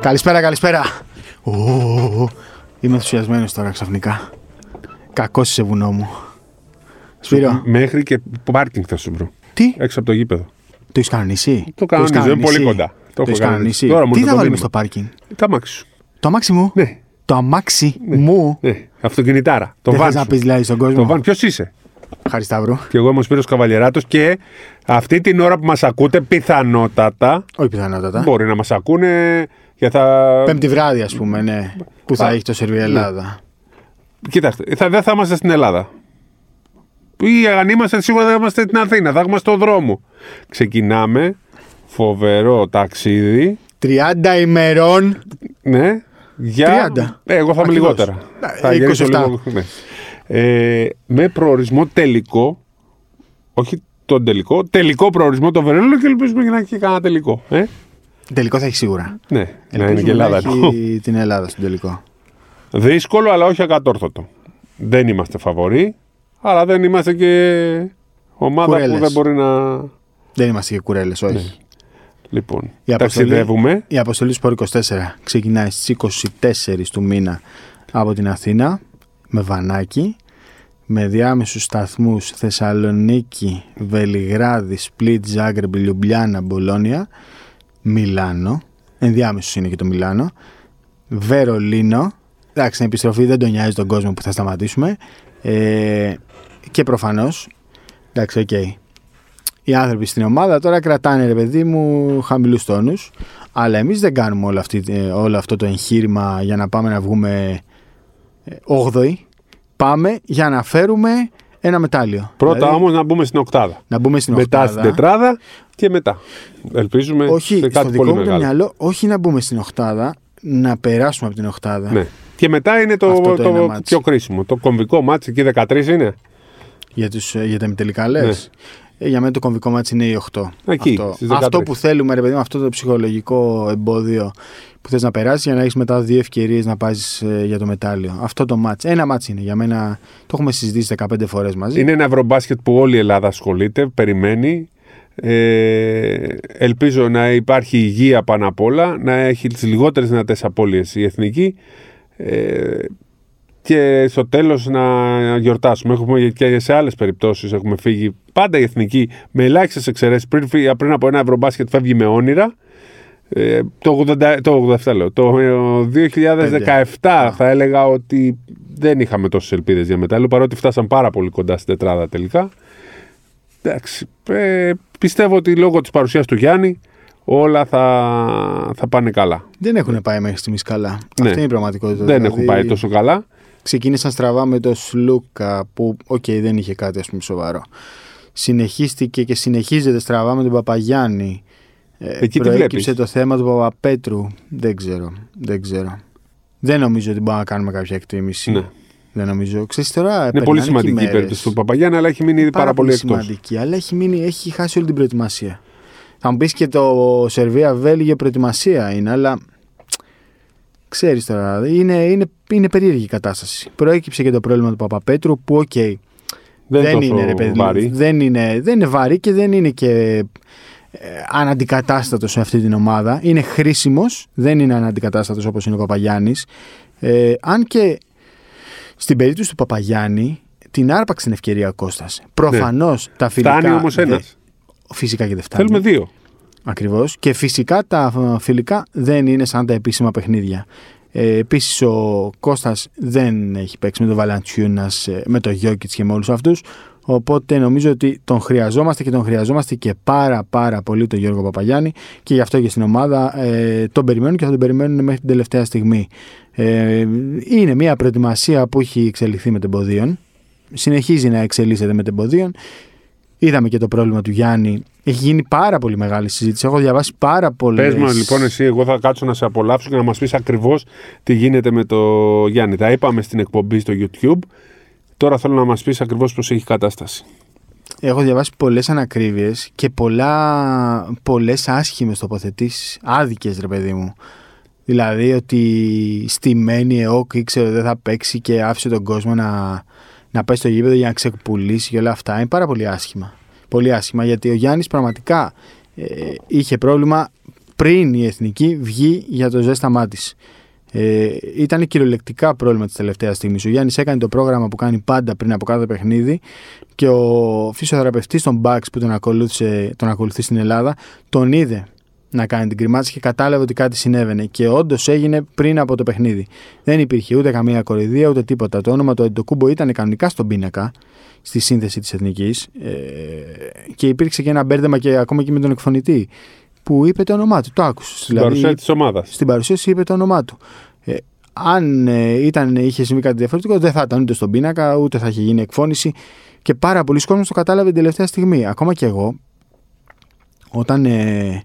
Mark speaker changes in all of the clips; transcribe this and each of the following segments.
Speaker 1: Καλησπέρα, καλησπέρα. Ω, ω, ω. Είμαι ενθουσιασμένος τώρα ξαφνικά. Κακός σε βουνό μου. Σπύρο,
Speaker 2: Μέχρι και πάρκινγκ θα σου βρω.
Speaker 1: τι, Ε,
Speaker 2: Έξω από το γήπεδο.
Speaker 1: το έχεις κανονίσει.
Speaker 2: Το κανονίζω,
Speaker 1: έχεις
Speaker 2: είναι πολύ
Speaker 1: κανονίσει?
Speaker 2: κοντά. Το
Speaker 1: Το
Speaker 2: έχω
Speaker 1: έχεις
Speaker 2: κανονίσει.
Speaker 1: κανονίσει.
Speaker 2: Τώρα μου
Speaker 1: Τι
Speaker 2: το
Speaker 1: θα
Speaker 2: το
Speaker 1: βάλουμε στο
Speaker 2: μήνυμα.
Speaker 1: πάρκινγκ.
Speaker 2: Τα αμάξι σου.
Speaker 1: Το αμάξι μου.
Speaker 2: Ναι,
Speaker 1: Το αμάξι μου.
Speaker 2: ναι. Αυτοκινητάρα. Το
Speaker 1: Δεν
Speaker 2: βαν.
Speaker 1: θες να
Speaker 2: σου.
Speaker 1: πεις δηλαδή στον
Speaker 2: Το
Speaker 1: κόσμο.
Speaker 2: βαν, ποιος είσαι.
Speaker 1: Χαρισταύρου.
Speaker 2: Και εγώ είμαι ο Σπύρος Καβαλιεράτος και αυτή την ώρα που μας ακούτε πιθανότατα
Speaker 1: Όχι πιθανότατα.
Speaker 2: μπορεί να μας ακούνε και θα...
Speaker 1: Πέμπτη βράδυ, ας πούμε, ναι. Που θα
Speaker 2: Α, ναι.
Speaker 1: έχει το σερβι Ελλάδα.
Speaker 2: Κοιτάξτε, θα, δεν θα είμαστε στην Ελλάδα. Ή αν είμαστε σίγουρα δεν θα είμαστε στην Αθήνα, θα είμαστε στον δρόμο. Ξεκινάμε φοβερό ταξίδι.
Speaker 1: 30 ημερών.
Speaker 2: Ναι. Για...
Speaker 1: 30.
Speaker 2: Ε, εγώ θα είμαι
Speaker 1: Ακριβώς.
Speaker 2: λιγότερα.
Speaker 1: Ναι,
Speaker 2: Θα γυρίσω
Speaker 1: 27.
Speaker 2: λίγο, ναι. Ε, με προορισμό τελικό, όχι τον τελικό, τελικό προορισμό το Βερολίνο και ελπίζουμε να έχει και κανένα τελικό. Ε?
Speaker 1: Τελικό θα έχει σίγουρα.
Speaker 2: Ναι, να είναι
Speaker 1: Ελπίζουμε
Speaker 2: και Ελλάδα. ακόμα.
Speaker 1: έχει την Ελλάδα στον τελικό.
Speaker 2: Δύσκολο, αλλά όχι ακατόρθωτο. Δεν είμαστε φαβοροί, αλλά δεν είμαστε και ομάδα
Speaker 1: Κουρέλες.
Speaker 2: που δεν μπορεί να.
Speaker 1: Δεν είμαστε και κουρέλες, όχι.
Speaker 2: Ναι. Λοιπόν,
Speaker 1: Η αποστολή-
Speaker 2: ταξιδεύουμε.
Speaker 1: Η αποστολή Σπορ 24 ξεκινάει στις 24 του μήνα από την Αθήνα με βανάκι με διάμεσους σταθμούς Θεσσαλονίκη, Βελιγράδι, Σπλίτ, Ζάγκρεμπ, Λιουμπλιάνα, Μπολόνια, Μιλάνο, ενδιάμεσος είναι και το Μιλάνο, Βερολίνο, εντάξει, η επιστροφή δεν τον νοιάζει τον κόσμο που θα σταματήσουμε ε, και προφανώς, εντάξει, οκ, οι άνθρωποι στην ομάδα τώρα κρατάνε ρε παιδί μου χαμηλούς τόνους αλλά εμείς δεν κάνουμε όλο, αυτή, ε, όλο αυτό το εγχείρημα για να πάμε να βγούμε 8η πάμε για να φέρουμε ένα μετάλλιο
Speaker 2: Πρώτα
Speaker 1: Δηλαδή,
Speaker 2: όμως να μπούμε στην οκτάδα.
Speaker 1: να μπούμε στην
Speaker 2: μετά
Speaker 1: οχτάδα
Speaker 2: στην τετράδα και μετά. Ελπίζουμε
Speaker 1: όχι,
Speaker 2: σε
Speaker 1: στο
Speaker 2: κάτι
Speaker 1: δικό
Speaker 2: πολύ
Speaker 1: μου το
Speaker 2: μεγάλο.
Speaker 1: μυαλό όχι να μπούμε στην οχτάδα να περάσουμε από την οχτάδα
Speaker 2: Ναι. Και μετά είναι το,
Speaker 1: Αυτό
Speaker 2: το,
Speaker 1: το ένα μάτς.
Speaker 2: πιο κρίσιμο. Το κομβικό μάτς εκεί 13 είναι.
Speaker 1: για, τους, ε, για τα ημιτελικά λες Ε, Για μένα το κομβικό μάτς είναι η 8.
Speaker 2: Ναι. Εκεί,
Speaker 1: αυτό.
Speaker 2: στις 13.
Speaker 1: αυτό που θέλουμε, ρε παιδί μου, αυτό το ψυχολογικό εμπόδιο που θες να περάσεις για να έχεις μετά δύο ευκαιρίες να πας ε, για το μετάλλιο. Αυτό το μάτς. Ένα μάτς είναι για μένα. Το έχουμε συζητήσει 15 φορές μαζί.
Speaker 2: Είναι ένα ευρωμπάσκετ που όλη η Ελλάδα ασχολείται, περιμένει. Ε, ελπίζω να υπάρχει υγεία πάνω απ' όλα, να έχει τις λιγότερες δυνατές απώλειες η εθνική ε, και στο τέλος να γιορτάσουμε. Έχουμε και σε άλλες περιπτώσεις έχουμε φύγει πάντα η εθνική με ελάχιστες εξαιρέσεις. Πριν, φύγει- πριν από ένα ευρωμπάσκετ φεύγει με όνειρα. Ε, το, 80, το 87 λέω. Το ε, 2017 θα έλεγα ότι δεν είχαμε τόσες ελπίδες για μετάλλιο παρότι φτάσαν πάρα πολύ κοντά στην τετράδα τελικά. Εντάξει. ε, πιστεύω ότι λόγω της παρουσίας του Γιάννη όλα θα, θα πάνε καλά.
Speaker 1: Δεν έχουν πάει μέχρι στιγμής καλά.
Speaker 2: Ναι.
Speaker 1: Αυτή είναι η πραγματικότητα.
Speaker 2: δεν
Speaker 1: Δηλαδή,
Speaker 2: έχουν πάει τόσο καλά.
Speaker 1: Ξεκίνησαν στραβά με το Σλούκα που, οκ, δεν είχε κάτι ας πούμε σοβαρό. Συνεχίστηκε και συνεχίζεται στραβά με τον Παπαγιάννη. Ε,
Speaker 2: Εκεί τι
Speaker 1: προέκυψε
Speaker 2: βλέπεις?
Speaker 1: το θέμα του Παπαπέτρου. Δεν ξέρω. Δεν ξέρω. Δεν νομίζω ότι μπορούμε να κάνουμε κάποια εκτίμηση.
Speaker 2: Ναι.
Speaker 1: Δεν νομίζω. Ξέρεις τώρα.
Speaker 2: Είναι
Speaker 1: Ε, περνάνε
Speaker 2: πολύ
Speaker 1: και
Speaker 2: σημαντική η
Speaker 1: μέρες.
Speaker 2: περίπτωση του Παπαγιάννη, αλλά έχει μείνει πάρα, πολύ εκτός.
Speaker 1: σημαντική. Αλλά έχει, μείνει, έχει χάσει όλη την προετοιμασία. Θα μου πεις και το Σερβία-Βέλγιο προετοιμασία είναι, αλλά ξέρεις τώρα. Είναι, είναι, είναι περίεργη η κατάσταση. Προέκυψε και το πρόβλημα του Παπαπέτρου που, οκ,
Speaker 2: Δεν,
Speaker 1: δεν
Speaker 2: τόσο
Speaker 1: είναι ρε παιδί. μου.
Speaker 2: βαρύ.
Speaker 1: Δεν είναι, δεν είναι βαρύ και δεν είναι και ε, αναντικατάστατος σε αυτή την ομάδα. Είναι χρήσιμος, δεν είναι αναντικατάστατος όπως είναι ο Παπαγιάννης. Ε, αν και στην περίπτωση του Παπαγιάννη την άρπαξε την ευκαιρία ο Κώστας. Προφανώς τα φιλικά...
Speaker 2: Ναι. Φτάνει όμω
Speaker 1: δεν-
Speaker 2: ένας.
Speaker 1: Φυσικά και δεν φτάνει.
Speaker 2: Θέλουμε δύο.
Speaker 1: Ακριβώς. Και φυσικά τα ε, φιλικά δεν είναι σαν τα επίσημα παιχνίδια. Ε, Επίσης, ο Κώστας δεν έχει παίξει με τον Βαλαντσιούνας, με τον Γιώκητ και με όλους αυτούς. Οπότε νομίζω ότι τον χρειαζόμαστε και τον χρειαζόμαστε και πάρα πάρα πολύ τον Γιώργο Παπαγιάννη και γι' αυτό και στην ομάδα ε, τον περιμένουν και θα τον περιμένουν μέχρι την τελευταία στιγμή. Ε, είναι μια προετοιμασία που έχει εξελιχθεί με τεμποδίων. Συνεχίζει να εξελίσσεται με τεμποδίων. Είδαμε και το πρόβλημα του Γιάννη. Έχει γίνει πάρα πολύ μεγάλη συζήτηση. Έχω διαβάσει πάρα πολλές.
Speaker 2: Πες μας λοιπόν, εσύ, εγώ θα κάτσω να σε απολαύσω και να μας πεις ακριβώς τι γίνεται με το Γιάννη. Τα είπαμε στην εκπομπή στο YouTube. Τώρα θέλω να μας πεις ακριβώς πώς έχει η κατάσταση.
Speaker 1: Έχω διαβάσει πολλές ανακρίβειες και πολλά πολλές άσχημες τοποθετήσεις. Άδικες, ρε παιδί μου. Δηλαδή ότι στη μένη ΕΟΚ ήξερε δεν θα παίξει και άφησε τον κόσμο να, να πέσει στο γήπεδο για να ξεκπουλήσει και όλα αυτά. Είναι πάρα πολύ άσχημα. Πολύ άσχημα γιατί ο Γιάννης πραγματικά ε, είχε πρόβλημα πριν η εθνική βγει για το ζέσταμά της. Ε, ήταν κυριολεκτικά πρόβλημα της τελευταίας στιγμής. Ο Γιάννης έκανε το πρόγραμμα που κάνει πάντα πριν από κάθε παιχνίδι και ο φυσιοθεραπευτής των Μπαξ που τον, ακολούθησε, τον ακολουθεί στην Ελλάδα τον είδε να κάνει την κρυμάτιση και κατάλαβε ότι κάτι συνέβαινε. Και όντως έγινε πριν από το παιχνίδι. Δεν υπήρχε ούτε καμία κοροϊδία ούτε τίποτα. Το όνομα του Εντοκούμπο ήταν κανονικά στον πίνακα στη σύνθεση της εθνικής ε, και υπήρξε και ένα μπέρδεμα και ακόμα και με τον εκφωνητή που είπε το όνομά του. Το άκουσες. Στην
Speaker 2: δηλαδή, παρουσία της ομάδας.
Speaker 1: Στην παρουσίαση είπε το όνομά του. Ε, αν ε, ήταν, είχε συμβεί κάτι διαφορετικό, δεν θα ήταν ούτε στον πίνακα, ούτε θα είχε γίνει εκφώνηση. Και πάρα πολλοί κόσμοι το κατάλαβε την τελευταία στιγμή. Ακόμα και εγώ, όταν ε,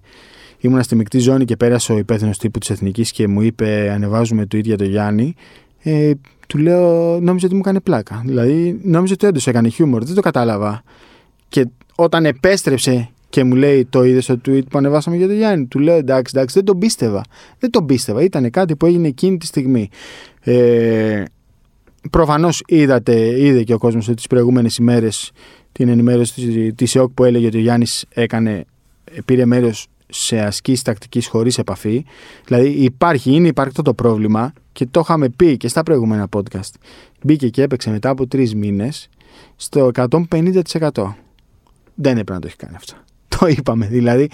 Speaker 1: ήμουν στη μεικτή ζώνη και πέρασε ο υπεύθυνος τύπου της Εθνικής και μου είπε Ανεβάζουμε tweet για τον Γιάννη, ε, του λέω Νόμιζα ότι μου έκανε πλάκα. Δηλαδή, νόμιζα ότι όντως έκανε χιούμορ. Δεν το κατάλαβα. Και όταν επέστρεψε και μου λέει το είδες στο tweet που ανεβάσαμε για τον Γιάννη. Του λέω εντάξει, εντάξει, δεν τον πίστευα. Δεν τον πίστευα. Ήταν κάτι που έγινε εκείνη τη στιγμή. Ε, Προφανώς είδατε, είδε και ο κόσμος ότι τις προηγούμενες ημέρες την ενημέρωση της ΕΟΚ που έλεγε ότι ο Γιάννης έκανε, πήρε μέρος σε ασκήσεις τακτικής χωρίς επαφή. Δηλαδή υπάρχει, είναι υπαρκτό το πρόβλημα και το είχαμε πει και στα προηγούμενα podcast. Μπήκε και έπαιξε μετά από τρεις μήνες στο 150%. Δεν έπρεπε να το έχει κάνει αυτό το είπαμε. Δηλαδή,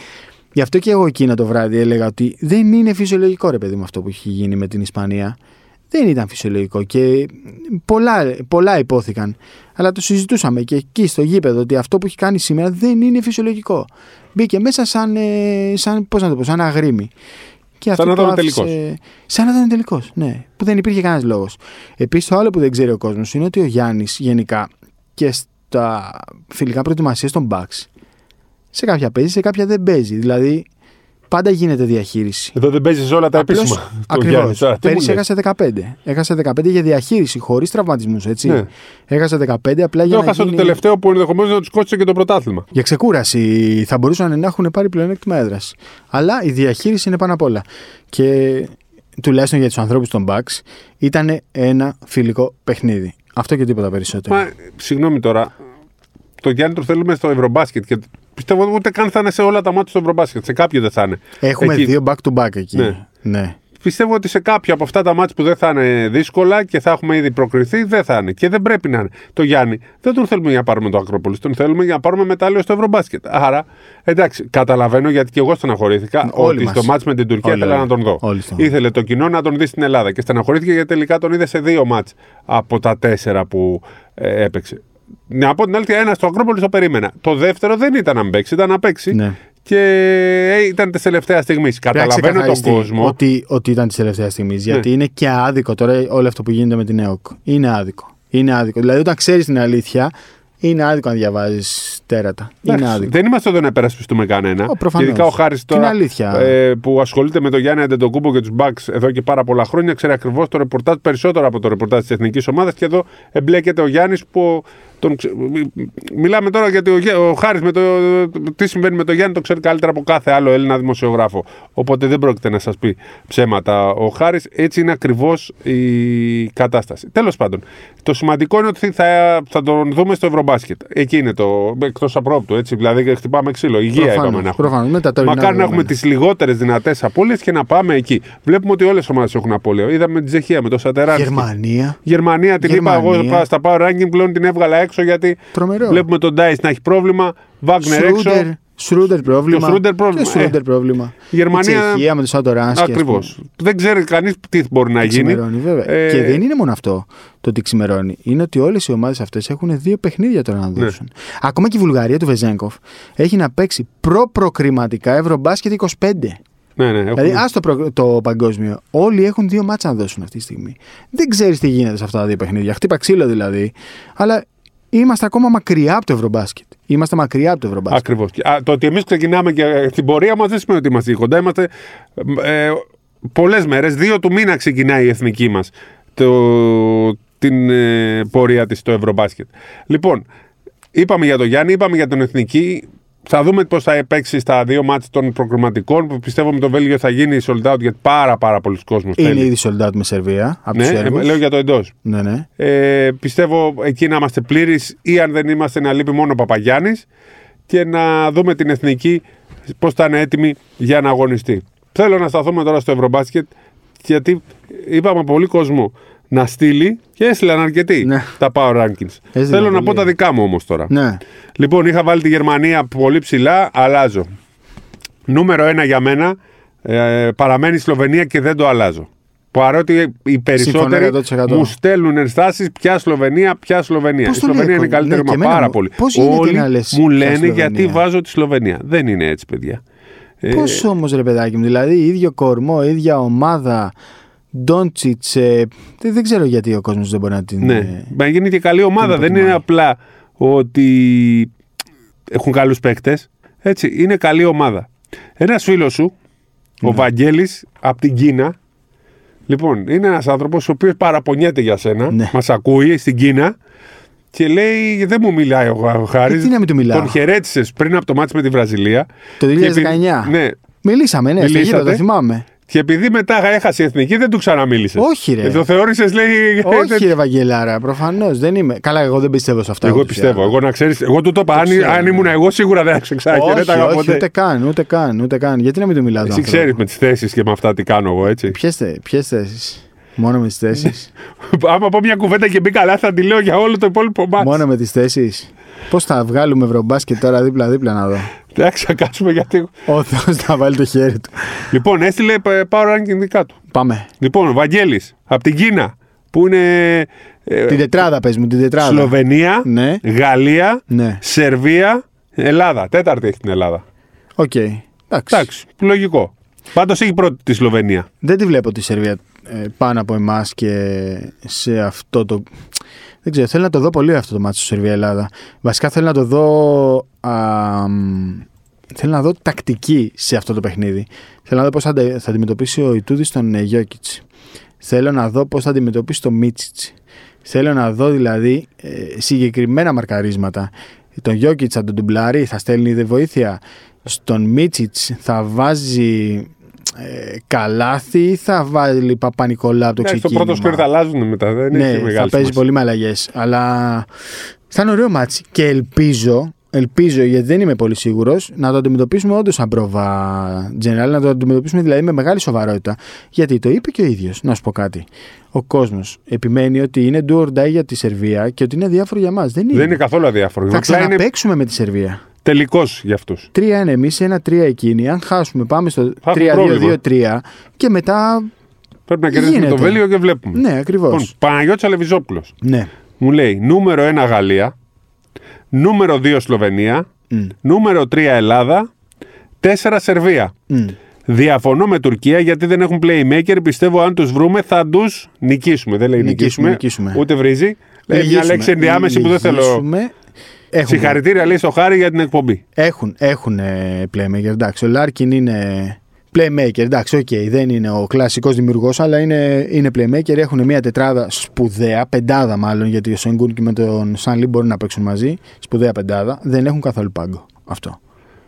Speaker 1: γι' αυτό και εγώ εκείνο το βράδυ έλεγα ότι δεν είναι φυσιολογικό ρε παιδί μου αυτό που έχει γίνει με την Ισπανία. Δεν ήταν φυσιολογικό και πολλά, πολλά υπόθηκαν. Αλλά το συζητούσαμε και εκεί στο γήπεδο ότι αυτό που έχει κάνει σήμερα δεν είναι φυσιολογικό. Μπήκε μέσα σαν, ε, σαν πώς να το πω, σαν αγρίμι.
Speaker 2: Και αυτό σαν να ήταν τελικός.
Speaker 1: Σαν να ήταν τελικός, ναι. Που δεν υπήρχε κανένας λόγος. Επίσης, το άλλο που δεν ξέρει ο κόσμος είναι ότι ο Γιάννης γενικά και στα φιλικά προετοιμασία των Bucks σε κάποια παίζει, σε κάποια δεν παίζει. Δηλαδή, πάντα γίνεται διαχείριση.
Speaker 2: Εδώ δεν παίζεις όλα τα Απλώς, επίσημα.
Speaker 1: Ακριβώ. Πέρυσι έχασε 15. Έχασε 15 για διαχείριση, χωρίς τραυματισμούς. Ναι. Έχασε 15 απλά για.
Speaker 2: Το έχασε γίνει... το τελευταίο που ενδεχομένως να τους κόστησε και το πρωτάθλημα.
Speaker 1: Για ξεκούραση θα μπορούσαν να έχουν πάρει πλεονέκτημα έδρας. Αλλά η διαχείριση είναι πάνω απ' όλα. Και τουλάχιστον για τους ανθρώπους των Bucks ήταν ένα φιλικό παιχνίδι. Αυτό και τίποτα περισσότερο.
Speaker 2: Μα, συγγνώμη τώρα. Το Γιάννη το θέλουμε στο Ευρωμπάσκετ και πιστεύω ότι ούτε καν θα είναι σε όλα τα μάτια του Ευρωμπάσκετ. Σε κάποιο δεν θα είναι.
Speaker 1: Έχουμε εκεί. δύο back to back εκεί. Ναι. ναι.
Speaker 2: Πιστεύω ότι σε κάποια από αυτά τα μάτια που δεν θα είναι δύσκολα και θα έχουμε ήδη προκριθεί, δεν θα είναι. Και δεν πρέπει να είναι. Το Γιάννη δεν τον θέλουμε για να πάρουμε το Ακρόπολης. Τον θέλουμε για να πάρουμε μετάλλιο στο Ευρωμπάσκετ. Άρα, εντάξει, καταλαβαίνω γιατί και εγώ στεναχωρήθηκα Όλοι ότι μας. στο μάτς με την Τουρκία ήθελα να τον δω.
Speaker 1: Όλοι
Speaker 2: Ήθελε το κοινό να τον δει στην Ελλάδα. Και στεναχωρήθηκε γιατί τελικά τον είδε σε δύο μάτς από τα τέσσερα που ε, έπαιξε. Να πω την άλλη, ένας στο Ακρόπολης το περίμενα. Το δεύτερο δεν ήταν να παίξει, ήταν να παίξει. Ναι. Και ε, ήταν της τελευταίας στιγμής. Καταλαβαίνω τον κόσμο.
Speaker 1: Ότι, ότι ήταν της τελευταίας στιγμής. Ναι. Γιατί είναι και άδικο τώρα όλο αυτό που γίνεται με την ΕΟΚ. Είναι άδικο. Είναι άδικο. Δηλαδή, όταν ξέρεις την αλήθεια, είναι άδικο να διαβάζεις τέρατα. Εντάξει, είναι άδικο.
Speaker 2: Δεν είμαστε εδώ να υπερασπιστούμε κανένα.
Speaker 1: Ο, προφανώς.
Speaker 2: ειδικά ο Χάρης τώρα
Speaker 1: αλήθεια.
Speaker 2: ε, που ασχολείται με τον Γιάννη Αντετοκούμπο και τους Μπακ εδώ και πάρα πολλά χρόνια ξέρει ακριβώς το ρεπορτάζ περισσότερο από το ρεπορτάζ της εθνικής ομάδας και εδώ εμπλέκεται ο Γιάννης που. Τον... Μιλάμε τώρα γιατί ο, ο Χάρης με το. Τι συμβαίνει με τον Γιάννη το ξέρει καλύτερα από κάθε άλλο Έλληνα δημοσιογράφο. Οπότε δεν πρόκειται να σας πει ψέματα ο Χάρης. Έτσι είναι ακριβώς η κατάσταση. Τέλος πάντων, το σημαντικό είναι ότι θα, θα τον δούμε στο Ευρωμπάσκετ. Εκεί είναι το. Εκτός απρόπτου, έτσι. Δηλαδή χτυπάμε ξύλο. Υγεία
Speaker 1: προφανώς,
Speaker 2: είπαμε να
Speaker 1: προφανώς, με τα
Speaker 2: Μακάρι να δεδομένα. έχουμε τις λιγότερες δυνατές απώλειες και να πάμε εκεί. Βλέπουμε ότι όλες οι ομάδες έχουν απώλεια. Είδαμε την Τσεχία με το Σατεράκι.
Speaker 1: Γερμανία.
Speaker 2: Γερμανία την Γερμανία. είπα εγώ στα Power Ranking πλέον την έβγαλα έξω γιατί
Speaker 1: Τρομερό.
Speaker 2: βλέπουμε τον Ντάι να έχει πρόβλημα. Βάγκνερ Ναι, έξω.
Speaker 1: Σρούντερ πρόβλημα.
Speaker 2: Και Σρούντερ πρόβλημα. ε.
Speaker 1: Και Σρούντερ πρόβλημα.
Speaker 2: Η Γερμανία.
Speaker 1: Η Τσεχία με τους Άντορανσκι.
Speaker 2: Ακριβώς. Δεν ξέρει κανείς τι μπορεί να γίνει.
Speaker 1: βέβαια. Ε... Και δεν είναι μόνο αυτό το ότι ξημερώνει. Είναι ότι όλες οι ομάδες αυτές έχουν δύο παιχνίδια τώρα να δώσουν. Ναι. Ακόμα και η Βουλγαρία του Βεζέγκοφ έχει να παίξει προ-προκριματικά Ευρωμπάσκετ 25.
Speaker 2: Ναι, ναι,
Speaker 1: δηλαδή, α το, προ... το παγκόσμιο. Όλοι έχουν δύο μάτσα να δώσουν αυτή τη στιγμή. Δεν ξέρεις τι γίνεται σε αυτά τα δύο παιχνίδια. Χτύπα ξύλο δηλαδή. Αλλά είμαστε ακόμα μακριά από το Ευρωμπάσκετ. Είμαστε μακριά από το Ευρωμπάσκετ.
Speaker 2: Ακριβώς. Το ότι εμείς ξεκινάμε και την πορεία μας δεν σημαίνει ότι είμαστε κοντά. Είμαστε ε, πολλές μέρες. Δύο του μήνα ξεκινάει η εθνική μας την ε, πορεία της στο Ευρωμπάσκετ. Λοιπόν, είπαμε για τον Γιάννη, είπαμε για τον εθνική. Θα δούμε πώς θα παίξει στα δύο μάτια των προκριματικών που πιστεύω με το Βέλγιο θα γίνει η sold out γιατί πάρα, πάρα πολλούς κόσμου
Speaker 1: Είναι θέλει. ήδη sold out με Σερβία. Από
Speaker 2: ναι,
Speaker 1: τους Έργους.
Speaker 2: λέω για το εντός.
Speaker 1: Ναι, ναι.
Speaker 2: Ε, πιστεύω εκεί να είμαστε πλήρεις ή αν δεν είμαστε να λείπει μόνο ο Παπαγιάννης και να δούμε την εθνική πώς θα είναι έτοιμη για να αγωνιστεί. Θέλω να σταθούμε τώρα στο Ευρωμπάσκετ, γιατί είπαμε πολύ κόσμο να στείλει και έστειλαν αρκετοί
Speaker 1: Ναι.
Speaker 2: τα power rankings.
Speaker 1: Έστειλαν
Speaker 2: Θέλω να
Speaker 1: πολύ.
Speaker 2: πω τα δικά μου όμως τώρα.
Speaker 1: Ναι.
Speaker 2: Λοιπόν, είχα βάλει τη Γερμανία πολύ ψηλά, αλλάζω. Νούμερο ένα για μένα ε, παραμένει η Σλοβενία και δεν το αλλάζω. Παρότι οι περισσότεροι
Speaker 1: 100%.
Speaker 2: μου στέλνουν ενστάσεις πια Σλοβενία, πια Σλοβενία.
Speaker 1: Πώς
Speaker 2: η
Speaker 1: το λέει,
Speaker 2: Σλοβενία είναι
Speaker 1: κολλή,
Speaker 2: καλύτερη
Speaker 1: ναι, και
Speaker 2: μα
Speaker 1: εμένα
Speaker 2: πάρα
Speaker 1: μου.
Speaker 2: πολύ.
Speaker 1: Πώς γίνεται
Speaker 2: Όλοι
Speaker 1: να λες
Speaker 2: μου
Speaker 1: πια
Speaker 2: λένε
Speaker 1: Σλοβενία.
Speaker 2: γιατί βάζω τη Σλοβενία. Δεν είναι έτσι, παιδιά. Ε,
Speaker 1: Πώς Πώ όμως, ρε παιδάκι μου, δηλαδή ίδιο κορμό, ίδια ομάδα. Ντόντσιτ. δεν, δεν ξέρω γιατί ο κόσμος δεν μπορεί να την.
Speaker 2: Ναι.
Speaker 1: ε,
Speaker 2: Μα γίνει και καλή ομάδα.
Speaker 1: την
Speaker 2: Δεν είναι
Speaker 1: προτιμάει.
Speaker 2: απλά ότι έχουν καλούς παίκτες. Έτσι, είναι καλή ομάδα. Ένας φίλος σου,
Speaker 1: Ναι.
Speaker 2: ο Βαγγέλη από την Κίνα. Λοιπόν, είναι ένας άνθρωπος ο οποίος παραπονιέται για σένα.
Speaker 1: Ναι.
Speaker 2: Μας Μα ακούει στην Κίνα και λέει: Δεν μου μιλάει ο Χα- ο Χάρης.
Speaker 1: Ε, τι να μην του μιλάω.
Speaker 2: Τον χαιρέτησες πριν από το μάτι με τη Βραζιλία.
Speaker 1: Το
Speaker 2: Και
Speaker 1: 2019.
Speaker 2: επει- Ναι,
Speaker 1: Μιλήσαμε, ναι, στο γήπεδο,
Speaker 2: Μιλήσατε. Ε,
Speaker 1: το θυμάμαι.
Speaker 2: και επειδή μετά έχασε η εθνική, δεν του ξαναμίλησες.
Speaker 1: Όχι, ρε.
Speaker 2: το θεώρησες, λέει.
Speaker 1: Όχι, ρε Βαγγελάρα, προφανώς δεν είμαι. Καλά, εγώ δεν πιστεύω σε αυτά.
Speaker 2: Εγώ
Speaker 1: ούτως ή
Speaker 2: πιστεύω.
Speaker 1: άλλως.
Speaker 2: Εγώ να ξέρεις. Εγώ του το είπα. Αν,
Speaker 1: ξέρω,
Speaker 2: αν
Speaker 1: ναι.
Speaker 2: ήμουν εγώ, σίγουρα δεν θα
Speaker 1: Όχι,
Speaker 2: ξεχάριταγα
Speaker 1: όχι,
Speaker 2: ποτέ.
Speaker 1: ούτε καν, ούτε καν, ούτε καν. Γιατί να μην το μιλάω
Speaker 2: Εσύ ξέρεις με τις θέσεις και με αυτά τι κάνω εγώ, έτσι.
Speaker 1: Ποιες θέσεις. Μόνο με τις
Speaker 2: Ναι.
Speaker 1: θέσεις.
Speaker 2: Άμα πω μια κουβέντα και μπει καλά, θα τη λέω για όλο το υπόλοιπο μάτι.
Speaker 1: Μόνο με τις θέσεις. Πώς θα βγάλουμε ευρωμπάσκετ τώρα δίπλα-δίπλα να δω.
Speaker 2: Εντάξει, θα κάτσουμε γιατί.
Speaker 1: Ο Θεός να βάλει το χέρι του.
Speaker 2: λοιπόν, έστειλε ε, power ranking δικά του.
Speaker 1: Πάμε.
Speaker 2: Λοιπόν, ο Βαγγέλης από την Κίνα που είναι. ε,
Speaker 1: Την τετράδα, πες μου, την τετράδα.
Speaker 2: Σλοβενία,
Speaker 1: Ναι.
Speaker 2: Γαλλία,
Speaker 1: Ναι.
Speaker 2: Σερβία, Ελλάδα. Τέταρτη έχει την Ελλάδα.
Speaker 1: Οκ. Εντάξει.
Speaker 2: Εντάξει, λογικό. Πάντως έχει πρώτη τη Σλοβενία.
Speaker 1: Δεν τη βλέπω τη Σερβία ε, πάνω από εμάς και σε αυτό το. Δεν ξέρω, θέλω να το δω πολύ αυτό το μάτσο Σερβία-Ελλάδα. Βασικά θέλω να το δω. Α, μ, θέλω να δω τακτική σε αυτό το παιχνίδι. Θέλω να δω πώς θα, αντα- θα αντιμετωπίσει ο Ιτούδης τον ε, Γιώκητ. Θέλω να δω πώς θα αντιμετωπίσει τον Μίτσιτ. Θέλω να δω δηλαδή ε, συγκεκριμένα μαρκαρίσματα. Τον Γιώκητ θα τον τουμπλάρει, θα στέλνει δε βοήθεια. Στον Μίτσιτ θα βάζει ε, καλάθι ή θα βάλει Παπα-Νικολά από το
Speaker 2: Εντάξει, το
Speaker 1: ξεκίνημα.
Speaker 2: Ναι, πρώτο σκορ θα αλλάζουν μετά. Δεν
Speaker 1: Ναι,
Speaker 2: έχει μεγάλη
Speaker 1: θα παίζεις
Speaker 2: σημασίας.
Speaker 1: πολύ με αλλαγές. Αλλά θα είναι ωραίο μάτσι. Και ελπίζω, ελπίζω γιατί δεν είμαι πολύ σίγουρος, να το αντιμετωπίσουμε όντως σαν πρόβα general, να το αντιμετωπίσουμε δηλαδή με μεγάλη σοβαρότητα. Γιατί το είπε και ο ίδιος, να σου πω κάτι. Ο κόσμος επιμένει ότι είναι do or die για τη Σερβία και ότι είναι διάφορο για μας. Δεν είναι.
Speaker 2: Δεν είναι καθόλου αδιάφορο.
Speaker 1: θα
Speaker 2: Απλά είναι
Speaker 1: ξαναπαίξουμε με τη Σερβία.
Speaker 2: τελικός για αυτούς.
Speaker 1: 3-1 εμεί, 1-3 εκείνοι. Αν χάσουμε, πάμε στο
Speaker 2: Θα έχουμε πρόβλημα.
Speaker 1: 3-2-2-3 και μετά.
Speaker 2: Πρέπει να κερδίσουμε
Speaker 1: Γίνεται.
Speaker 2: το Βέλγιο και βλέπουμε.
Speaker 1: Ναι, ακριβώς.
Speaker 2: Λοιπόν, Παναγιώτης Αλεβιζόπουλος
Speaker 1: Ναι.
Speaker 2: μου λέει νούμερο 1 Γαλλία, νούμερο 2 Σλοβενία,
Speaker 1: Μμ.
Speaker 2: νούμερο 3 Ελλάδα, 4 Σερβία.
Speaker 1: Μμ.
Speaker 2: Διαφωνώ με Τουρκία γιατί δεν έχουν playmaker. Πιστεύω αν τους βρούμε θα τους νικήσουμε. Δεν λέει
Speaker 1: Νικήσουμε,
Speaker 2: νικήσουμε,
Speaker 1: νικήσουμε. Ε,
Speaker 2: ούτε βρίζει. Λέει μια
Speaker 1: Λυγίσουμε.
Speaker 2: λέξη ενδιάμεση που δεν θέλω.
Speaker 1: Λυγίσουμε. Έχουν,
Speaker 2: Συγχαρητήρια λέει στο χάρη για την εκπομπή.
Speaker 1: έχουν, έχουν ε, playmaker, εντάξει. Ο Λάρκιν είναι playmaker, εντάξει, οκ. δεν είναι ο κλασικός δημιουργός, αλλά είναι, είναι playmaker. Έχουν μια τετράδα σπουδαία, πεντάδα μάλλον, γιατί ο Σενγκούν και με τον Σανλί μπορούν να παίξουν μαζί. Σπουδαία πεντάδα. Δεν έχουν καθόλου πάγκο αυτό.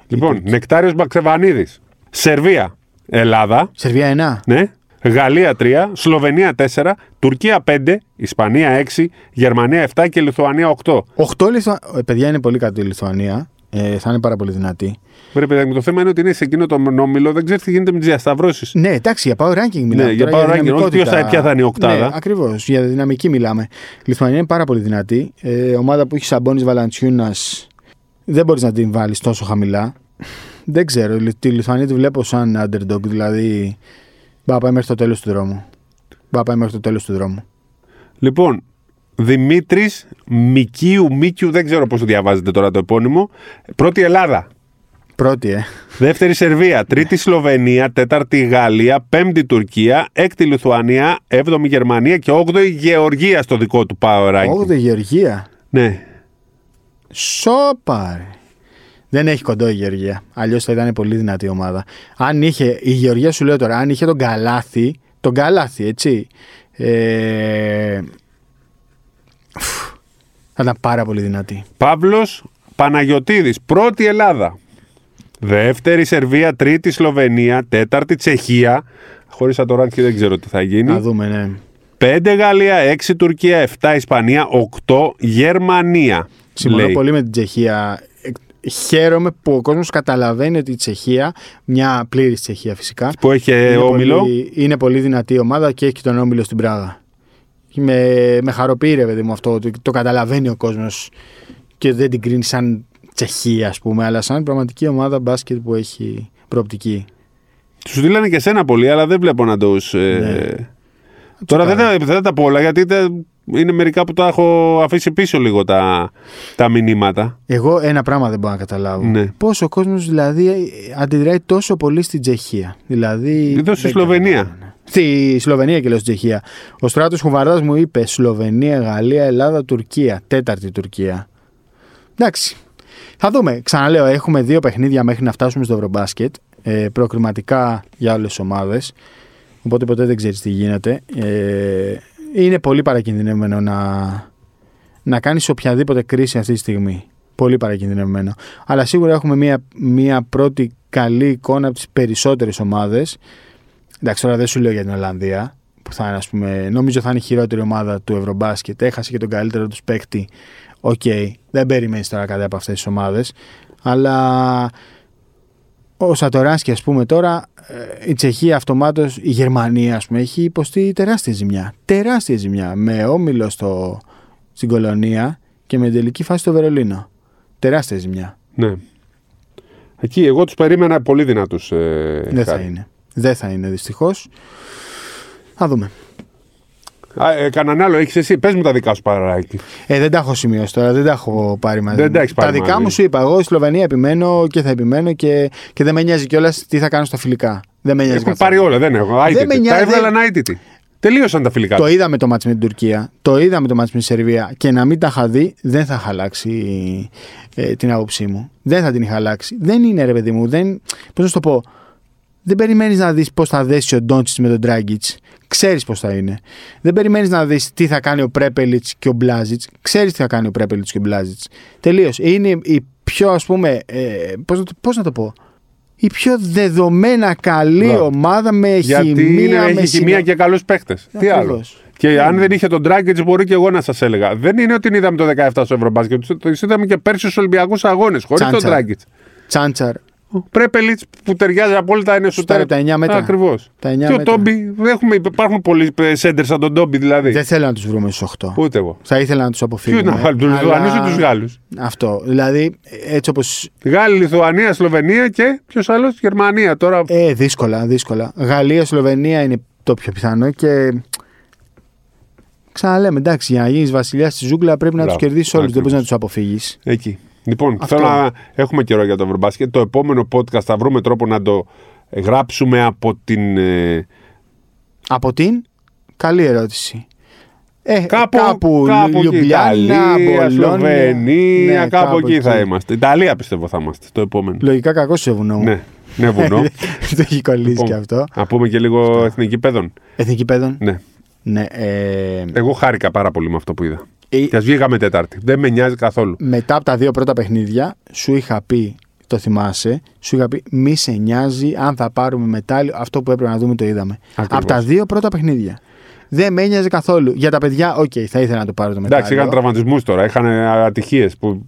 Speaker 2: Λοιπόν, Νεκτάριος Μπαξεβανίδης. Σερβία, Ελλάδα.
Speaker 1: Σερβία 1.
Speaker 2: Ναι. Γαλλία 3, Σλοβενία 4, Τουρκία 5, Ισπανία 6, Γερμανία 7 και Λιθουανία 8.
Speaker 1: 8 Λιθουα... ε, Παιδιά είναι πολύ κάτω η Λιθουανία. Ε, θα είναι πάρα πολύ δυνατή.
Speaker 2: Βρε παιδάκι μου, το θέμα είναι ότι είναι σε εκείνο το όμιλο, δεν ξέρεις τι γίνεται με τις διασταυρώσεις.
Speaker 1: Ναι, εντάξει, για power ranking μιλάμε.
Speaker 2: Ναι, για
Speaker 1: τώρα,
Speaker 2: power ranking, όχι
Speaker 1: δυναμικότητα.
Speaker 2: ποιος θα- ποια θα είναι η οκτάδα.
Speaker 1: Ναι, ακριβώς. Για δυναμική μιλάμε. Η Λιθουανία είναι πάρα πολύ δυνατή. Ε, ομάδα που έχει Σαμπόνι Βαλαντσιούνας δεν μπορείς να την βάλεις τόσο χαμηλά. Δεν ξέρω. λι- Τη Λιθουανία τη βλέπω σαν underdog. Δηλαδή, μπα πάει μέχρι το τέλος του δρόμου. Μπα πάει μέχρι το τέλος του δρόμου.
Speaker 2: Λοιπόν, Δημήτρης Μικίου, Μίκιου, δεν ξέρω πώς το διαβάζετε τώρα το επώνυμο. Πρώτη Ελλάδα.
Speaker 1: Πρώτη, ε.
Speaker 2: Δεύτερη Σερβία, τρίτη Σλοβενία, τέταρτη Γαλλία, πέμπτη Τουρκία, έκτη Λιθουανία, έβδομη Γερμανία και όγδοη Γεωργία στο δικό του power ranking.
Speaker 1: Όγδοη Γεωργία.
Speaker 2: Ναι.
Speaker 1: Σόπαρ. Δεν έχει κοντό η Γεωργία. Αλλιώς θα ήταν πολύ δυνατή ομάδα. Αν είχε, η Γεωργία σου λέω τώρα, αν είχε τον καλάθι, τον καλάθι, έτσι. Ε, φου, θα ήταν πάρα πολύ δυνατή.
Speaker 2: Παύλος Παναγιοτήδη, πρώτη Ελλάδα. Δεύτερη Σερβία, τρίτη Σλοβενία, τέταρτη Τσεχία. Χωρίς να το ράνκι δεν ξέρω τι θα
Speaker 1: Να
Speaker 2: γίνει.
Speaker 1: δούμε, ναι.
Speaker 2: Πέντε Γαλλία, έξι Τουρκία, εφτά Ισπανία, οκτώ Γερμανία.
Speaker 1: Συμφωνώ
Speaker 2: λέει.
Speaker 1: πολύ με την Τσεχία. Εκ- χαίρομαι που ο κόσμος καταλαβαίνει ότι η Τσεχία, μια πλήρης Τσεχία φυσικά,
Speaker 2: Που έχει ε, όμιλο.
Speaker 1: πολύ, είναι πολύ δυνατή ομάδα και έχει και τον όμιλο στην Πράγα. Με, με χαροποιεί ρε παιδί μου αυτό, ότι το καταλαβαίνει ο κόσμος και δεν την κρίνει σαν Τσεχία ας πούμε, αλλά σαν πραγματική ομάδα μπάσκετ που έχει προοπτική.
Speaker 2: Σου στείλανε και σένα πολύ, αλλά δεν βλέπω να του.
Speaker 1: Ναι. κάνω.
Speaker 2: Τώρα δεν θα, δεν θα τα πω όλα, γιατί τα- είναι μερικά που τα έχω αφήσει πίσω λίγο τα, τα μηνύματα.
Speaker 1: Εγώ ένα πράγμα δεν μπορώ να καταλάβω.
Speaker 2: Ναι.
Speaker 1: Πώς ο κόσμος δηλαδή αντιδράει τόσο πολύ στην Τσεχία. Δηλαδή.
Speaker 2: Εδώ στη
Speaker 1: δεν
Speaker 2: Σλοβενία.
Speaker 1: καταλαβαίνω. Στη Σλοβενία και λέω στην Τσεχία. Ο Στράτος Χουβαρδάς μου είπε Σλοβενία, Γαλλία, Ελλάδα, Τουρκία. Τέταρτη Τουρκία. Εντάξει. Θα δούμε. Ξαναλέω, έχουμε δύο παιχνίδια μέχρι να φτάσουμε στο Ευρωμπάσκετ. Ε, προκριματικά για όλε τι ομάδες. Οπότε ποτέ δεν ξέρεις τι γίνεται. Ε, είναι πολύ παρακινδυνευμένο να, να κάνεις οποιαδήποτε κρίση αυτή τη στιγμή. Πολύ παρακινδυνευμένο. Αλλά σίγουρα έχουμε μία, μία πρώτη καλή εικόνα από τις περισσότερες ομάδες. Εντάξει, τώρα δεν σου λέω για την Ολλανδία, που θα είναι, ας πούμε, νομίζω θα είναι η χειρότερη ομάδα του Ευρωμπάσκετ. Έχασε και τον καλύτερο τους παίκτη. Οκ, δεν περιμένεις τώρα κάτι από αυτές τις ομάδες. Αλλά ο Σατοράσκι, ας πούμε, τώρα ε, η Τσεχία αυτομάτως, η Γερμανία, ας πούμε, έχει υποστεί τεράστια ζημιά. Τεράστια ζημιά. Με όμιλο στο, στην Κολονία και με τελική φάση στο Βερολίνο. Τεράστια ζημιά.
Speaker 2: Ναι. Εκεί εγώ τους περίμενα πολύ δυνατούς. Ε,
Speaker 1: Δεν θα
Speaker 2: χάρη.
Speaker 1: είναι. Δεν θα είναι δυστυχώς. Θα δούμε.
Speaker 2: Α, ε, κανέναν άλλο έχεις εσύ. Πες μου τα δικά σου παραράκι.
Speaker 1: Ε, δεν τα έχω σημειώσει τώρα, δεν τα έχω πάρει μαζί.
Speaker 2: Δεν
Speaker 1: μου.
Speaker 2: τα έχεις πάρει
Speaker 1: δικά
Speaker 2: μαζί.
Speaker 1: μου σου είπα. Εγώ στη Σλοβενία επιμένω και θα επιμένω και, και δεν με νοιάζει κιόλας τι θα κάνω στα φιλικά. Δεν με νοιάζει
Speaker 2: Έχουν
Speaker 1: καθόλου.
Speaker 2: πάρει όλα, δεν έχω. Άιτητη.
Speaker 1: με
Speaker 2: τα
Speaker 1: νοιάζει.
Speaker 2: έβγαλαν άιτητη. Τελείωσαν τα φιλικά.
Speaker 1: Το είδαμε το μάτς με την Τουρκία, το είδαμε το μάτς με τη Σερβία και να μην τα είχα δει δεν θα είχα αλλάξει ε, την άποψή μου. Δεν θα την είχα αλλάξει. Δεν είναι ρε παιδί μου, δεν, πώς να σου το πω, δεν περιμένεις να δεις πώς θα δέσει ο Ντόντσιτς με τον Τράγκιτς. Ξέρεις πώς θα είναι. Δεν περιμένεις να δεις τι θα κάνει ο Πρέπελιτς και ο Μπλάζιτς. Ξέρεις τι θα κάνει ο Πρέπελιτς και ο Μπλάζιτς. Τελείως. Είναι η πιο ας πούμε, ε, πώς, να το, πώς να το πω, η πιο δεδομένα καλή
Speaker 2: Μπράβο.
Speaker 1: ομάδα με
Speaker 2: Γιατί
Speaker 1: χημεία,
Speaker 2: είναι,
Speaker 1: με
Speaker 2: έχει χημεία
Speaker 1: συνο-
Speaker 2: και καλούς παίχτες. Τι άλλο.
Speaker 1: Ακριβώς.
Speaker 2: Και αν δεν είχε τον Τράγκετ, μπορεί και εγώ να σας έλεγα. Δεν είναι ότι την είδαμε το 17 στο Ευρωμπάσκετ. Το τους είδαμε και πέρσι στους Ολυμπιακούς Αγώνες. Χωρίς τον
Speaker 1: Τσάντσα.
Speaker 2: Τράγκετ.
Speaker 1: Τσάντσαρ,
Speaker 2: Πρέπελιτ που ταιριάζει απόλυτα είναι σου
Speaker 1: Σουτάρει από τα 9 μέτρα.
Speaker 2: Ακριβώς.
Speaker 1: Τα 9
Speaker 2: Και ο
Speaker 1: μέτρα.
Speaker 2: Τόμπι. Έχουμε, υπάρχουν πολλοί σέντερ σαν τον Τόμπι δηλαδή.
Speaker 1: Δεν θέλω να τους βρούμε στους 8.
Speaker 2: Ούτε εγώ.
Speaker 1: Θα ήθελα να τους
Speaker 2: Ποιου
Speaker 1: αποφύγουμε.
Speaker 2: να βάλουμε, τους
Speaker 1: αλλά-
Speaker 2: Λιθουανού ή τους Γάλλους.
Speaker 1: Αυτό. Δηλαδή, έτσι όπως.
Speaker 2: Γάλλοι, Λιθουανία, Σλοβενία και ποιος άλλος, Γερμανία. Τώρα
Speaker 1: Ε, δύσκολα, δύσκολα. Γαλλία, Σλοβενία είναι το πιο πιθανό και. Ξαναλέμε, εντάξει, για να γίνεις βασιλιάς στη ζούγκλα πρέπει να τους
Speaker 2: Μπράβο.
Speaker 1: κερδίσεις όλους. Δεν
Speaker 2: Ακριβώς.
Speaker 1: μπορείς να τους αποφύγεις.
Speaker 2: Εκεί. Λοιπόν,
Speaker 1: Αυτό.
Speaker 2: θέλω να έχουμε καιρό για το Ευρωμπάσκετ. Το επόμενο podcast θα βρούμε τρόπο να το γράψουμε από την. ε,
Speaker 1: Από την. Καλή ερώτηση. Ε,
Speaker 2: Κάπου,
Speaker 1: κάπου,
Speaker 2: εκεί,
Speaker 1: Λιουμπλιάνα,
Speaker 2: Ιταλία,
Speaker 1: Μπολόνια.
Speaker 2: Σλοβενία,
Speaker 1: Ναι,
Speaker 2: κάπου, εκεί, θα είμαστε. Ιταλία πιστεύω θα είμαστε το επόμενο.
Speaker 1: Λογικά κακό σε βουνό. μου.
Speaker 2: Ναι, ναι, βουνό.
Speaker 1: το έχει κολλήσει
Speaker 2: Λοιπόν,
Speaker 1: και αυτό.
Speaker 2: Να πούμε και λίγο εθνική παιδών.
Speaker 1: Εθνική παιδών.
Speaker 2: Ναι.
Speaker 1: Ναι. Ε,
Speaker 2: Εγώ χάρηκα πάρα πολύ με αυτό που είδα.
Speaker 1: ε,
Speaker 2: Και ας βγήκαμε Τετάρτη. Δεν με νοιάζει καθόλου.
Speaker 1: μετά από τα δύο πρώτα παιχνίδια, σου είχα πει, το θυμάσαι, σου είχα πει μη σε νοιάζει αν θα πάρουμε μετάλλιο. Αυτό που έπρεπε να δούμε το είδαμε.
Speaker 2: Ακριβώς.
Speaker 1: Από τα δύο πρώτα παιχνίδια. Δεν με ένοιαζε καθόλου. Για τα παιδιά, οκ, θα ήθελα να το πάρω το μετάλλιο.
Speaker 2: Εντάξει, είχαν τραυματισμούς τώρα, είχαν ατυχίες. Που...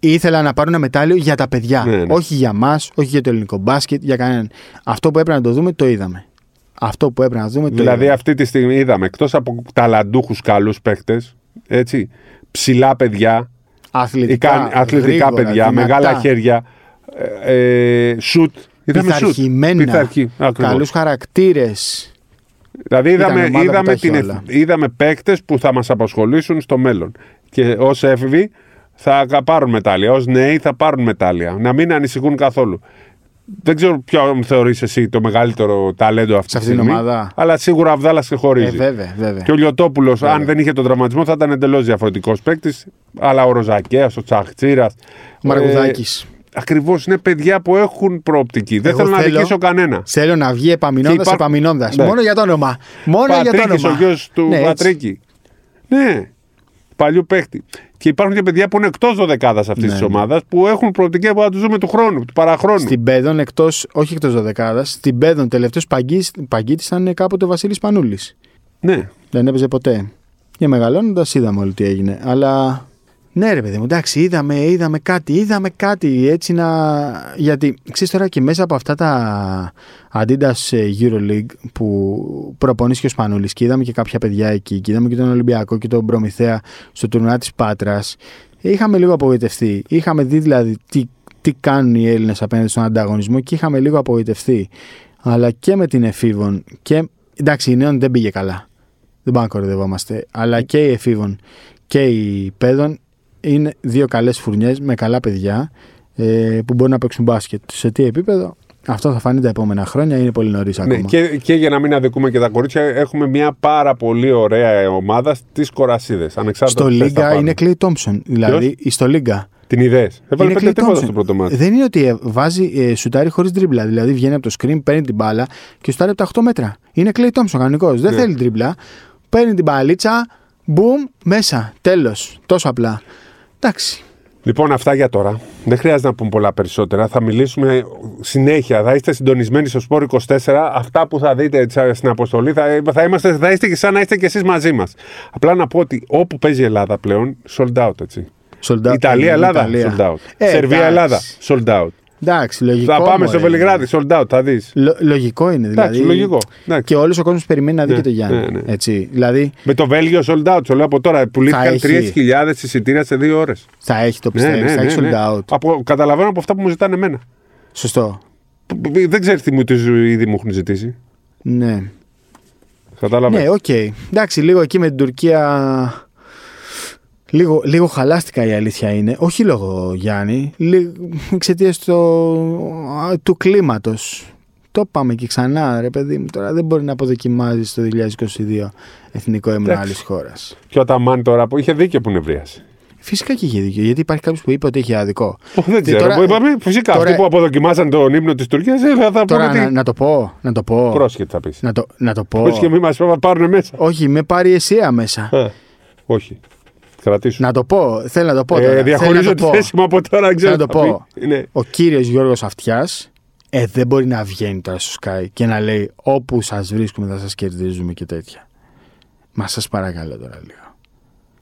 Speaker 1: Ήθελα να πάρω ένα μετάλλιο για τα παιδιά.
Speaker 2: Ναι, ναι.
Speaker 1: Όχι για μας, όχι για το ελληνικό μπάσκετ, για κανέναν. Αυτό που έπρεπε να το δούμε, το είδαμε. Αυτό που έπρεπε να δούμε, το
Speaker 2: Δηλαδή,
Speaker 1: είδαμε.
Speaker 2: αυτή τη στιγμή είδαμε εκτός από ταλαντούχους καλούς παίχτε, έτσι, ψηλά παιδιά,
Speaker 1: Αθλητικά,
Speaker 2: ικαν- αθλητικά
Speaker 1: γρήγορα,
Speaker 2: παιδιά,
Speaker 1: δυνατά.
Speaker 2: μεγάλα χέρια, ε, ε, σουτ. Είδαμε σουτ.
Speaker 1: Πειθαρχημένα,
Speaker 2: Πειθαρχή, ακριβώς.
Speaker 1: καλούς χαρακτήρες.
Speaker 2: Δηλαδή,
Speaker 1: Ήταν
Speaker 2: είδαμε,
Speaker 1: ομάδα που τα
Speaker 2: είδαμε,
Speaker 1: έχει
Speaker 2: την,
Speaker 1: όλα.
Speaker 2: εθ- είδαμε παίκτες που θα μας απασχολήσουν στο μέλλον. Και ως έφηβοι θα πάρουν μετάλλια. Ως νέοι θα πάρουν μετάλλια. Να μην ανησυχούν καθόλου. Δεν ξέρω ποιον θεωρείς εσύ το μεγαλύτερο ταλέντο αυτή
Speaker 1: Σε
Speaker 2: τη
Speaker 1: αυτήν την
Speaker 2: στιγμή.
Speaker 1: ομάδα.
Speaker 2: Αλλά σίγουρα Αυδάλα
Speaker 1: Ε,
Speaker 2: ξεχωρίζει.
Speaker 1: βέβαια, βέβαια.
Speaker 2: Και ο Λιωτόπουλος, αν δεν είχε τον τραυματισμό, θα ήταν εντελώς διαφορετικός παίκτης. Αλλά ο Ροζακέας, ο Τσαχτσίρας.
Speaker 1: Ο Μαρκουδάκης.
Speaker 2: Ακριβώς είναι παιδιά που έχουν προοπτική. Δεν
Speaker 1: Εγώ
Speaker 2: θέλω, να
Speaker 1: θέλω-
Speaker 2: δικήσω κανένα.
Speaker 1: Θέλω να βγει επαμεινώντας,
Speaker 2: Και υπά-
Speaker 1: επαμεινώντας.
Speaker 2: Ναι.
Speaker 1: Μόνο για το όνομα. Μόνο για το
Speaker 2: Πατρίκη,
Speaker 1: όνομα.
Speaker 2: ο γιος του
Speaker 1: Ναι, έτσι.
Speaker 2: Πατρίκη. Ναι, παλιού παίκτη. Και υπάρχουν και παιδιά που είναι εκτός δωδεκάδας αυτής
Speaker 1: Ναι,
Speaker 2: της
Speaker 1: ναι.
Speaker 2: ομάδας που έχουν προοπτική που θα τους δούμε του χρόνου, του παραχρόνου.
Speaker 1: Στην Πέδων, εκτός, όχι εκτός δωδεκάδας, στην Πέδων τελευταίος παγκίτης ήταν κάποτε ο Βασίλης Πανούλης.
Speaker 2: Ναι.
Speaker 1: Δεν έπαιζε ποτέ. Και μεγαλώνοντας είδαμε όλοι τι έγινε. Αλλά Ναι, ρε παιδί μου, εντάξει, είδαμε, είδαμε κάτι, είδαμε κάτι έτσι να. Γιατί ξέρεις τώρα και μέσα από αυτά τα Adidas ε, Euroleague που προπονείς και ο Σπανούλης και είδαμε και κάποια παιδιά εκεί και είδαμε και τον Ολυμπιακό και τον Προμηθέα στο τουρνά της Πάτρας. ε, Είχαμε λίγο απογοητευτεί. Είχαμε δει δηλαδή τι, τι κάνουν οι Έλληνες απέναντι στον ανταγωνισμό και είχαμε λίγο απογοητευτεί. Αλλά και με την εφήβων και. Εντάξει, η νέων δεν πήγε καλά. Δεν πάμε να κοροϊδευόμαστε. Αλλά και η εφήβων και οι παιδών είναι δύο καλές φουρνιές με καλά παιδιά ε, που μπορούν να παίξουν μπάσκετ. Σε τι επίπεδο, αυτό θα φανεί τα επόμενα χρόνια, είναι πολύ νωρίς ακόμα.
Speaker 2: Ναι, και, και για να μην αδικούμε και τα κορίτσια, έχουμε μια πάρα πολύ ωραία ομάδα στις κορασίδες.
Speaker 1: Στο Λίγκα είναι Clay Thompson. Δηλαδή, στο Λίγκα.
Speaker 2: Την ιδέες. Έβαλε
Speaker 1: Είναι ναι.
Speaker 2: πέντε
Speaker 1: Clay
Speaker 2: τίποτα
Speaker 1: Thompson.
Speaker 2: στο πρώτο μάτι.
Speaker 1: Δεν είναι ότι ε, βάζει ε, σουτάρι χωρί τρίμπλα. Δηλαδή βγαίνει από το screen, παίρνει την μπάλα και σουτάρει από τα 8 μέτρα. Είναι Clay Thompson κανονικός. Δεν
Speaker 2: Ναι.
Speaker 1: θέλει τρίμπλα. Παίρνει την μπαλίτσα, μπούμ, μέσα. Τέλος. Τόσο απλά. Εντάξει.
Speaker 2: Λοιπόν, αυτά για τώρα. Δεν χρειάζεται να πούμε πολλά περισσότερα. Θα μιλήσουμε συνέχεια. Θα είστε συντονισμένοι στο Σπόρ 24. Αυτά που θα δείτε έτσι, στην αποστολή θα, θα, είμαστε, θα είστε και σαν να είστε και εσείς μαζί μας. Απλά να πω ότι όπου παίζει η Ελλάδα πλέον, sold out έτσι.
Speaker 1: Sold out.
Speaker 2: Ιταλία, Ελλάδα, sold out.
Speaker 1: Ε, εντάξει.
Speaker 2: Σερβία, Ελλάδα, sold out.
Speaker 1: Εντάξει, λογικό.
Speaker 2: θα πάμε στο
Speaker 1: μωρέ.
Speaker 2: Βελιγράδι, sold out, θα δεις.
Speaker 1: Λο- λογικό είναι. Δηλαδή,
Speaker 2: Εντάξει, λογικό. Εντάξει.
Speaker 1: Και όλος ο κόσμος περιμένει να δει
Speaker 2: Ναι,
Speaker 1: και το Γιάννη.
Speaker 2: ναι, ναι.
Speaker 1: Έτσι. Δηλαδή
Speaker 2: Με το Βέλγιο, sold out. Σου λέω από τώρα. Πουλήθηκαν
Speaker 1: έχει.
Speaker 2: 3.000 εισιτήρια σε δύο ώρες.
Speaker 1: θα έχει
Speaker 2: Ναι,
Speaker 1: το πιστεύει, θα έχει sold out.
Speaker 2: Από, καταλαβαίνω από αυτά που μου ζητάνε εμένα.
Speaker 1: Σωστό.
Speaker 2: Π- π- Δεν ξέρεις τι μου τι ήδη μου έχουν ζητήσει.
Speaker 1: Ναι.
Speaker 2: Κατάλαβες.
Speaker 1: Ναι, οκ. Εντάξει, λίγο εκεί με την Τουρκία. Λίγο, λίγο χαλάστηκα η αλήθεια είναι. Όχι λόγω Γιάννη, εξαιτία του κλίματος. Το πάμε και ξανά, ρε παιδί μου. Τώρα δεν μπορεί να αποδοκιμάζεις το 2022 εθνικό έμεινο
Speaker 2: Εντάξει.
Speaker 1: άλλης χώρας.
Speaker 2: Και ο Ταμάν τώρα που είχε δίκιο που νευρίασε.
Speaker 1: Φυσικά και είχε δίκιο, γιατί υπάρχει κάποιος που είπε ότι έχει άδικο.
Speaker 2: Δεν
Speaker 1: Και
Speaker 2: ξέρω.
Speaker 1: τώρα-
Speaker 2: που είπαμε, φυσικά
Speaker 1: τώρα-
Speaker 2: αυτοί που αποδοκιμάσαν τον ύμνο της Τουρκίας θα, θα
Speaker 1: Τώρα
Speaker 2: πούνε τι.
Speaker 1: να, να το πω, να το πω.
Speaker 2: Πρόσχετ θα πεις.
Speaker 1: Να το, να το πω.
Speaker 2: Όχι και Ε, μη μας πάρουν μέσα.
Speaker 1: Όχι, με πάρει εσύ μέσα.
Speaker 2: Α, Όχι. Κρατήσουν.
Speaker 1: Να το πω, θέλω να το πω.
Speaker 2: Ε,
Speaker 1: τώρα. Θέλω να
Speaker 2: διαχωρίζω
Speaker 1: το
Speaker 2: τη
Speaker 1: πω.
Speaker 2: θέση μου από τώρα, δεν ξέρω.
Speaker 1: να
Speaker 2: τι
Speaker 1: το
Speaker 2: θα
Speaker 1: πω.
Speaker 2: πει. Ναι.
Speaker 1: Ο κύριος Γιώργος Αυτιάς ε, δεν μπορεί να βγαίνει τώρα στο Sky και να λέει όπου σας βρίσκουμε θα σας κερδίζουμε και τέτοια. Μα σας παρακαλώ τώρα λίγο.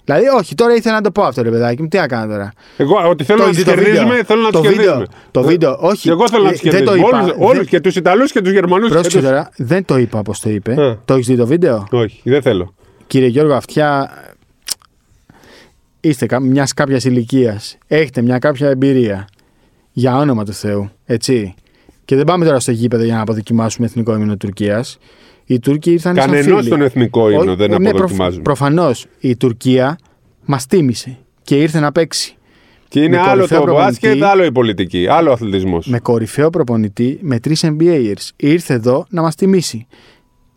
Speaker 1: Δηλαδή, όχι, τώρα ήθελα να το πω αυτό, ρε παιδάκι μου, τι να κάνω τώρα.
Speaker 2: Εγώ, ότι θέλω να του κερδίζουμε,
Speaker 1: βίντεο.
Speaker 2: θέλω να
Speaker 1: το
Speaker 2: του κερδίζουμε. Ε,
Speaker 1: βίντεο, το βίντεο, όχι.
Speaker 2: Και εγώ θέλω να
Speaker 1: ε,
Speaker 2: του
Speaker 1: Δεν το
Speaker 2: κερδίζουμε.
Speaker 1: είπα.
Speaker 2: Όλους-
Speaker 1: Δεν-
Speaker 2: Όλους και τους Ιταλούς και τους Γερμανούς.
Speaker 1: Πρόσεξε τώρα, δεν το είπα όπως το είπε.
Speaker 2: Ε.
Speaker 1: Το έχεις δει το βίντεο.
Speaker 2: Όχι, δεν θέλω.
Speaker 1: Κύριε Γιώργο Αυτιά, είστε μιας κάποιας ηλικίας. Έχετε μια κάποια εμπειρία. Για όνομα του Θεού. Έτσι. Και δεν πάμε τώρα στο γήπεδο για να αποδοκιμάσουμε εθνικό ύμνο Τουρκίας. Οι Τούρκοι ήρθαν σαν
Speaker 2: Κανενός
Speaker 1: φίλοι.
Speaker 2: τον εθνικό ύμνο δεν αποδοκιμάζουν.
Speaker 1: Προφανώς ναι, η Τουρκία μας τίμησε και ήρθε να παίξει.
Speaker 2: Και είναι
Speaker 1: με
Speaker 2: άλλο
Speaker 1: κορυφαίο
Speaker 2: το μπάσκετ,
Speaker 1: προπονητή.
Speaker 2: άλλο η πολιτική. Άλλο αθλητισμός.
Speaker 1: Με κορυφαίο προπονητή, με τρεις NBAers. Ήρθε εδώ να μας τιμήσει.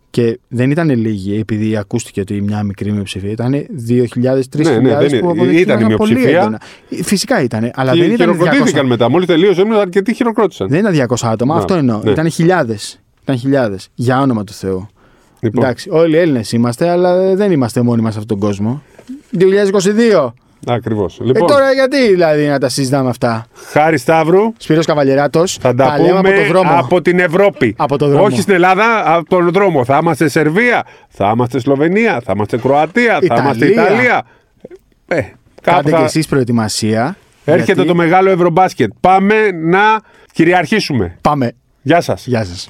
Speaker 1: Και δεν ήταν λίγοι, επειδή ακούστηκε ότι μια μικρή μειοψηφία ήταν 2.000-3.000
Speaker 2: Ναι, ναι, δεν είναι.
Speaker 1: που αποδεκτήκαν
Speaker 2: Ήταν η
Speaker 1: πολύ
Speaker 2: μειοψηφία.
Speaker 1: έντονα. Φυσικά ήταν, αλλά
Speaker 2: Και
Speaker 1: Δηλαδή, δεν ήταν Ναι, 200
Speaker 2: χειροκροτήθηκαν μετά. Μόλις τελείωσε ο ύμνος, αρκετοί χειροκρότησαν.
Speaker 1: Δεν ήταν 200 άτομα,
Speaker 2: Να,
Speaker 1: αυτό εννοώ.
Speaker 2: ναι.
Speaker 1: Ήταν χιλιάδες. Ήταν χιλιάδες. Για όνομα του Θεού.
Speaker 2: Λοιπόν,
Speaker 1: Εντάξει, όλοι Έλληνες είμαστε, αλλά δεν είμαστε μόνοι μας σε αυτόν τον κόσμο. 2022.
Speaker 2: Ακριβώς.
Speaker 1: Ε,
Speaker 2: Λοιπόν,
Speaker 1: τώρα γιατί δηλαδή να τα συζητάμε αυτά.
Speaker 2: χάρη Σταύρου,
Speaker 1: Σπύρος Καβαλιεράτος,
Speaker 2: θα τα
Speaker 1: λέμε
Speaker 2: πούμε
Speaker 1: από το δρόμο.
Speaker 2: από την Ευρώπη.
Speaker 1: Από το δρόμο.
Speaker 2: Όχι στην Ελλάδα, από τον δρόμο. Θα είμαστε Σερβία, θα είμαστε Σλοβενία, θα είμαστε Κροατία, θα
Speaker 1: Ιταλία.
Speaker 2: είμαστε Ιταλία. Ε, κάπου
Speaker 1: Κάντε
Speaker 2: θα-
Speaker 1: και εσείς προετοιμασία.
Speaker 2: Έρχεται
Speaker 1: γιατί
Speaker 2: το μεγάλο Ευρωμπάσκετ. Πάμε να κυριαρχήσουμε.
Speaker 1: Πάμε.
Speaker 2: Γεια σας.
Speaker 1: Γεια σας.